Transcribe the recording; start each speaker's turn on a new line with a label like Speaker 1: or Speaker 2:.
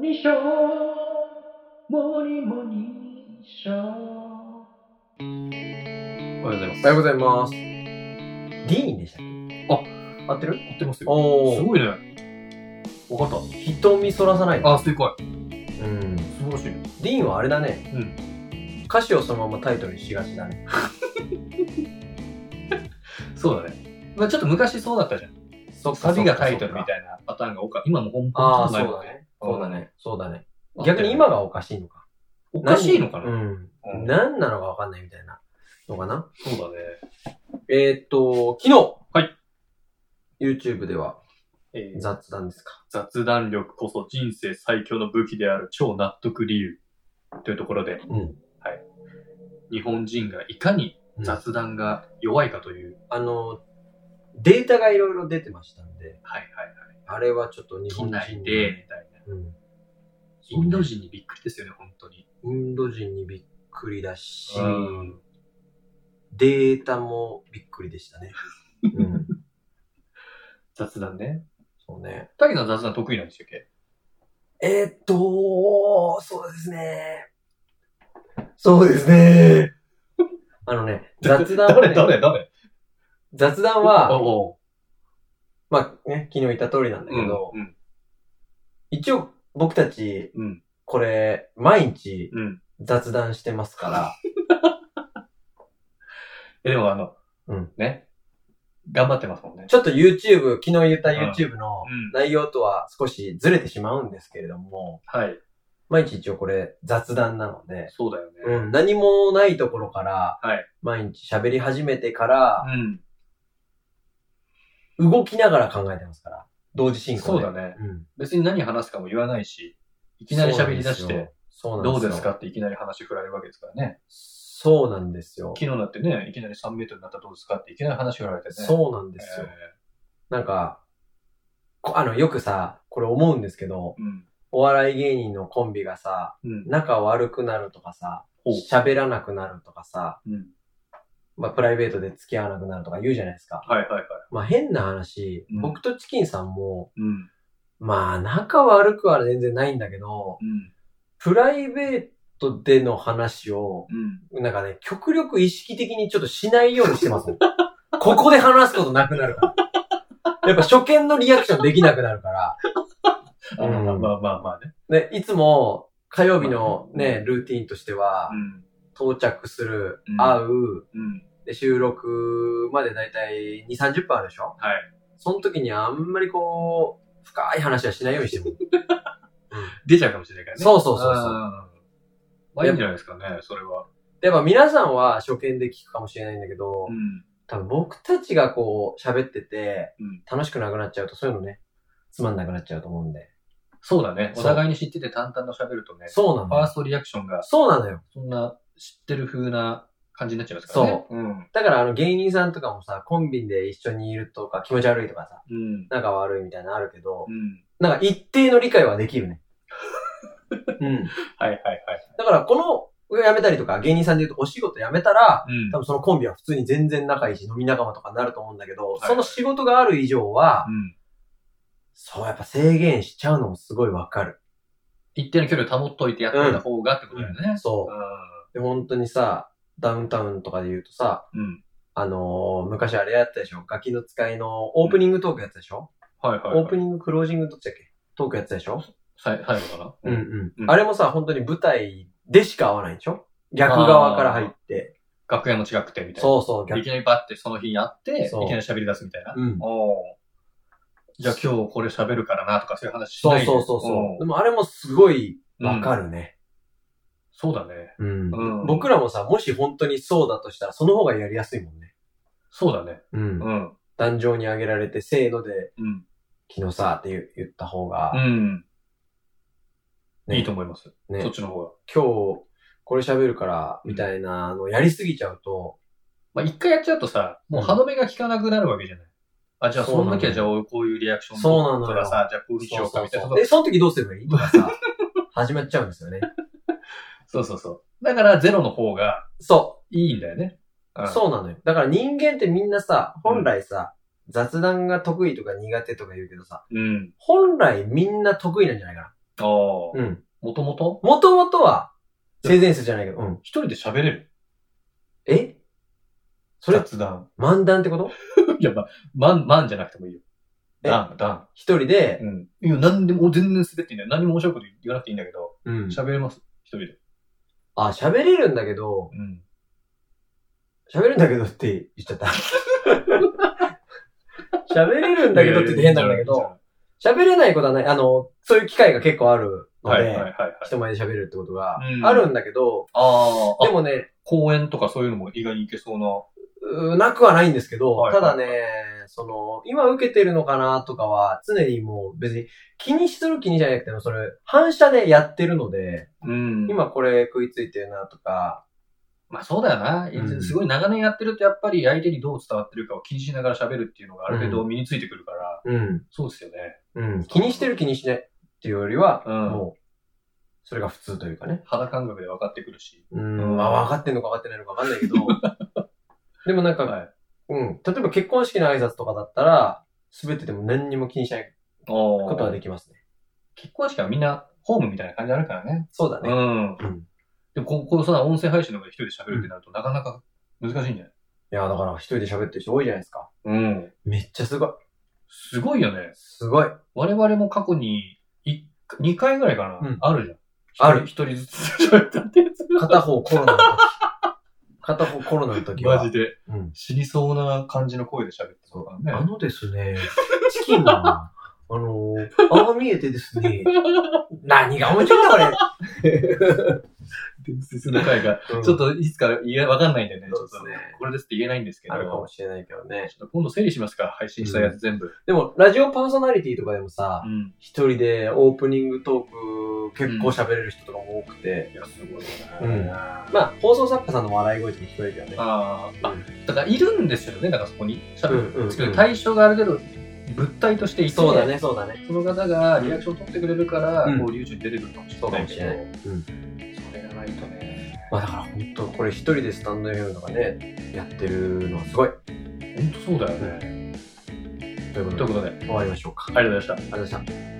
Speaker 1: にしょもにもにしょ
Speaker 2: おはようございます。
Speaker 3: おはようございます。
Speaker 1: ディーンでしたっけ合ってる
Speaker 2: やってますよ。す
Speaker 3: おー。
Speaker 2: ごいね。わかっ
Speaker 1: 瞳そらさない
Speaker 2: た。あ、正解。
Speaker 1: うんデ
Speaker 2: 素晴らしいね。
Speaker 1: ィーンはあれだね
Speaker 2: うん。
Speaker 1: 歌詞をそのままタイトルにしがちだね
Speaker 2: そうだね。まあちょっと昔そうだったじゃん。
Speaker 1: そっ
Speaker 2: サビがタイトルみ
Speaker 1: い
Speaker 2: たいなパターンが多かった。今も本
Speaker 1: あ
Speaker 2: 番
Speaker 1: あそうだねそうだ
Speaker 2: ね。
Speaker 1: ねそうだね
Speaker 2: うん
Speaker 1: 逆に今がおかしいのか
Speaker 2: おかしいのかな、
Speaker 1: うん
Speaker 2: うん
Speaker 1: 何なのかわかんないみたいなのかな
Speaker 2: そうだね。
Speaker 1: えーっと昨日
Speaker 2: はい
Speaker 1: YouTube では
Speaker 2: えー
Speaker 1: 雑談ですか
Speaker 2: 雑談力こそ人生最強の武器である超納得理由というところで、
Speaker 1: うん
Speaker 2: 日本人がいかに雑談が弱いかという、
Speaker 1: あのデータがいろいろ出てましたんで
Speaker 2: はいはいはい。
Speaker 1: あれはちょっと日
Speaker 2: 機
Speaker 1: 本人
Speaker 2: 内で、みたいな。
Speaker 1: うん
Speaker 2: インド人にびっくりですよね、本当に。
Speaker 1: インド人にびっくりだし、
Speaker 2: うん
Speaker 1: データもびっくりでし たね。うん、
Speaker 2: 雑談ね。
Speaker 1: そうね。
Speaker 2: たけさん雑談得意なんでしたっけ
Speaker 1: えーっと、そうですね。そうですね。あのね、雑談は、
Speaker 2: 誰
Speaker 1: ね、
Speaker 2: 誰誰
Speaker 1: 雑談
Speaker 2: お
Speaker 1: は、
Speaker 2: お
Speaker 1: まあね、昨日言った通りなんだ
Speaker 2: う
Speaker 1: け
Speaker 2: ん
Speaker 1: ど、
Speaker 2: うん。
Speaker 1: 一応僕たち、
Speaker 2: うん。
Speaker 1: これ、毎日
Speaker 2: うん。
Speaker 1: 雑談してますから、
Speaker 2: え、でもあの、
Speaker 1: うん
Speaker 2: ね。頑張ってますもんね。
Speaker 1: ちょっと YouTube、昨日言った YouTube の
Speaker 2: うん
Speaker 1: 内容とは少しずれてしまうんですけれども、
Speaker 2: はい。
Speaker 1: 毎日一応これ雑談なので、
Speaker 2: そうだよね。
Speaker 1: うん、何もないところから、
Speaker 2: はい
Speaker 1: 毎日喋り始めてから、
Speaker 2: うん。
Speaker 1: 動きながら考えてますから、同時進行で。
Speaker 2: そうだね。
Speaker 1: うん。
Speaker 2: 別に何話すかも言わないし、い
Speaker 1: い
Speaker 2: きなり喋り出して、、
Speaker 1: そうなん
Speaker 2: ど
Speaker 1: で
Speaker 2: う
Speaker 1: すよ
Speaker 2: ですかっていきなり話振られるわけですからね。
Speaker 1: そうなんですよ。
Speaker 2: 昨日だってね、いきなり3メートルになったらどうですかっていきなり話振られてね。う
Speaker 1: そうなんですよ。なんか、こあの、よくさ、これ思うんですけど、
Speaker 2: うん。
Speaker 1: お笑い芸人のコンビがさ、
Speaker 2: うん。
Speaker 1: 仲悪くなるとかさ
Speaker 2: ほう、
Speaker 1: 喋らなくなるとかさ、
Speaker 2: うん。
Speaker 1: まあ、プライベートで付き合わなくなるとか言うじゃないですか。
Speaker 2: はいはいはい。
Speaker 1: まあ、変な話、
Speaker 2: うん
Speaker 1: 僕とチキンさんも、
Speaker 2: うん。
Speaker 1: まあ、仲悪くは全然ないんだけど、
Speaker 2: うん。
Speaker 1: プライベートでの話を、
Speaker 2: うん。
Speaker 1: なんかね、極力意識的にちょっとしないようにし てますもん。ここで話すことなくなるから。やっぱ初見のリアクションできなくなるから。
Speaker 2: あ
Speaker 1: うん
Speaker 2: まあまあまあまあね。
Speaker 1: ね、いつも火曜日のね、ルーティーンとしては
Speaker 2: う、ん。
Speaker 1: 到着する
Speaker 2: うん、
Speaker 1: 会う、
Speaker 2: うん。
Speaker 1: で収録までだいたい2、30分あるでしょ
Speaker 2: はい。
Speaker 1: その時にあんまりこう、深い話はしないようにし てる。
Speaker 2: 出ちゃうかもしれないからね。
Speaker 1: そうそうそうそう。
Speaker 2: まあいいんじゃないですかね、それは。
Speaker 1: やっぱ皆さんは初見で聞くかもしれないんだけど、
Speaker 2: うん。
Speaker 1: 多分僕たちがこう喋ってて
Speaker 2: うん、
Speaker 1: 楽しくなくなっちゃうとそういうのね、つまんなくなっちゃうと思うんで。
Speaker 2: そうだね。
Speaker 1: そ
Speaker 2: お
Speaker 1: う
Speaker 2: 互いに知ってて淡々と喋るとね、
Speaker 1: そうな
Speaker 2: フ
Speaker 1: の
Speaker 2: ァー
Speaker 1: よ。
Speaker 2: ストリアクションが、
Speaker 1: そうなのよ。
Speaker 2: そんな知ってる風な感じになっちゃいますからね。そう。うん。
Speaker 1: だからあの芸人さんとかもさ、コンビで一緒にいるとか気持ち悪いとかさ、
Speaker 2: うん。
Speaker 1: 仲悪いみたいなのあるけど
Speaker 2: う、ん。
Speaker 1: なんか一定の理解はでき るね。うん。
Speaker 2: はいはいはい。
Speaker 1: だからこの、辞めたりとか、芸人さんで言うとお仕事辞めたら、
Speaker 2: うん
Speaker 1: 多。分そのコンビは普通に全然仲いいし、飲み仲間とかになると思うんだけど、
Speaker 2: はい
Speaker 1: その仕事がある以上は、
Speaker 2: うん。
Speaker 1: そう、やっぱ制限しちゃうのもすごいわかる。
Speaker 2: 一定の距離を保っといてやってた方がってことだよね。
Speaker 1: そう。で、本当にさ、ダウンタウンとかで言うとさ、
Speaker 2: うん。うん。
Speaker 1: あのー昔あれやったでしょガキの使いのオープニングトークやったでしょ、
Speaker 2: はいはいはい。
Speaker 1: オープニング、クロージングどっちだっけトークやってたでしょ
Speaker 2: さい最後かな。。
Speaker 1: う
Speaker 2: うん
Speaker 1: あれもさ、本当に舞台でしか会わないでしょ逆側から入って。
Speaker 2: 楽屋も違くてみたいな。
Speaker 1: そうそう、
Speaker 2: でい
Speaker 1: 逆。
Speaker 2: きなりバッてその日に会って、いき
Speaker 1: そう
Speaker 2: なり喋り出すみたいな。
Speaker 1: うん。
Speaker 2: おお。じゃあ今日これ喋るからなとかそういう話し
Speaker 1: そ
Speaker 2: な
Speaker 1: う
Speaker 2: いで
Speaker 1: そうそうそう。で
Speaker 2: ん
Speaker 1: もあれもすごいわかるね。
Speaker 2: そうだね。
Speaker 1: うん。
Speaker 2: うん
Speaker 1: 僕らもさ、もし本当にそうだとしたら、その方がやりやすいもんね。
Speaker 2: そうだね。
Speaker 1: うん
Speaker 2: うん。
Speaker 1: 壇上に上げられて、せーので、
Speaker 2: うん。
Speaker 1: 昨日さ、って言う言った方が
Speaker 2: う、ん。
Speaker 1: ね
Speaker 2: いいと思います。
Speaker 1: ね
Speaker 2: そっちの方が。
Speaker 1: 今日、これ喋るから、みたいなの、やりすぎちゃうと、
Speaker 2: まあ、一回やっちゃうとさ、もう歯止めが効かなくなるわけじゃない。あ、じゃあ、
Speaker 1: そう
Speaker 2: そ
Speaker 1: な
Speaker 2: の
Speaker 1: のよ
Speaker 2: 時は、じゃあ、こういうリアクション
Speaker 1: そうなのよ
Speaker 2: とかさ、じゃあ、こういうふうにし
Speaker 1: そ
Speaker 2: よ
Speaker 1: う
Speaker 2: うか
Speaker 1: そう
Speaker 2: みたいな
Speaker 1: そう。。で、その時どうすればいいとか さ、始まっちゃうんですよ ね。
Speaker 2: そうそうそう。だから、ゼロの方が
Speaker 1: そ
Speaker 2: いいんだよね。
Speaker 1: う。
Speaker 2: う
Speaker 1: そうなのよ。だから人間ってみんなさ、本来さ、雑談が得意とか苦手とか言うけどさ、
Speaker 2: ん。うん。
Speaker 1: 本来みんな得意なんじゃないか
Speaker 2: ああ、も
Speaker 1: うん。
Speaker 2: ともと
Speaker 1: もともとは、性善説じゃないけど、うん。
Speaker 2: 一人で喋れる
Speaker 1: えそれ、
Speaker 2: 雑談。
Speaker 1: 漫談ってこと
Speaker 2: いや、ま、まん、まんじゃなくてもいいよ。
Speaker 1: え
Speaker 2: だん、だ
Speaker 1: 一人で
Speaker 2: ん。、うん。いや、なんでも全然滑っていいんだよ。何も面白いこと言わなくていいんだけど、
Speaker 1: うん
Speaker 2: 喋れます。一人で。
Speaker 1: あ、喋れるんだけど、
Speaker 2: うん。
Speaker 1: 喋れるんだけどって言っちゃった。 喋れるんだけどって言って変なんだけど、喋れないことはない、あの、そういう機会が結構あるの
Speaker 2: はい
Speaker 1: で、
Speaker 2: はいはいはい。
Speaker 1: 人前で喋るってことが
Speaker 2: うん
Speaker 1: あるんだけど、
Speaker 2: ああ、
Speaker 1: で
Speaker 2: でも、
Speaker 1: もね、
Speaker 2: 公園とかそういうのも意外に行けそうな。
Speaker 1: うーなくはないんですけど、
Speaker 2: はいはい
Speaker 1: ただね、その、今受けてるのかなとかは、常にもう別に気にする気にじゃなくても、それ、反射でやってるので、
Speaker 2: うん今、
Speaker 1: 今これ食いついてるなとか、
Speaker 2: まあそうだよな。
Speaker 1: うん
Speaker 2: すごい長年やってるとやっぱり相手にどう伝わってるかを気にしながら喋るっていうのがある程度身についてくるから、
Speaker 1: うん、
Speaker 2: そうですよね。
Speaker 1: うん、気にしてる気にしないっていうよりは、
Speaker 2: うん
Speaker 1: もう、それが普通というかね。
Speaker 2: 肌感覚で分かってくるし。
Speaker 1: うん、まあ分かってんのか分かってないのか分かんないけど、 でもなんか、
Speaker 2: はい。
Speaker 1: うん。例えば結婚式の挨拶とかだったら、滑ってても何にも気にしないこ
Speaker 2: こと
Speaker 1: はできますね。
Speaker 2: 結婚式はみんなホームみたいな感じあるからね。
Speaker 1: そうだ
Speaker 2: う
Speaker 1: ね。
Speaker 2: ん。
Speaker 1: うん。
Speaker 2: でも、ここうさ、音声配信の中で一人で喋るってなると、なかなか難しいんじゃない
Speaker 1: いや、だから一人で喋ってる人多いじゃないですか。
Speaker 2: うん。
Speaker 1: めっちゃすごい。
Speaker 2: すごいよね。
Speaker 1: すごい。
Speaker 2: 我々も過去に、い2回ぐらいかな、
Speaker 1: うん
Speaker 2: あるじゃん。
Speaker 1: ある
Speaker 2: 一人一人ずつ喋ったってやつ。
Speaker 1: 片方コロナ の時。片方コロナの時は。
Speaker 2: マジで。
Speaker 1: うん。
Speaker 2: 死にそうな感じの声で喋ってたから
Speaker 1: あ
Speaker 2: ね。
Speaker 1: のですね、チキンが、 あの泡見えてですね、何が面白いんだこ
Speaker 2: 伝説の回が。
Speaker 1: れ、
Speaker 2: ちょっ
Speaker 1: と、
Speaker 2: といつか言え、わかんないんだよね。ちょっ
Speaker 1: そ
Speaker 2: と
Speaker 1: うですね
Speaker 2: これですって言えないんですけど。
Speaker 1: あるかもしれないけどね。
Speaker 2: ちょっと今度整理しますから、配信したやつ全部。
Speaker 1: でも、ラジオパーソナリティとかでもさ
Speaker 2: う、ん。
Speaker 1: 一人でオープニングトーク結構喋れる人とかも多くて、
Speaker 2: いや、すごいね。
Speaker 1: うん
Speaker 2: あ
Speaker 1: まあ、放送作家さんの笑い声とか聞こえるけどね。
Speaker 2: あー。
Speaker 1: う
Speaker 2: あ
Speaker 1: ん、
Speaker 2: だからいるんですよね。だからそこに喋る。
Speaker 1: うんうんうん
Speaker 2: ですけど、対象がある程度物体としていて、
Speaker 1: そうだね、そうだね。
Speaker 2: その方がリアクションを取ってくれるから、
Speaker 1: うん
Speaker 2: こう流暢に出てくるかもしれないけど、
Speaker 1: そうかもしれないうん
Speaker 2: それがないとね、
Speaker 1: まあだから本当、これ一人でスタンド FM とかね、やってるのはすごい。
Speaker 2: 本当そうだよね。
Speaker 1: ということ
Speaker 2: という
Speaker 1: で、
Speaker 2: ことで、あり
Speaker 1: 終わりましょうか。あり
Speaker 2: がとうございました。
Speaker 1: がとうございました。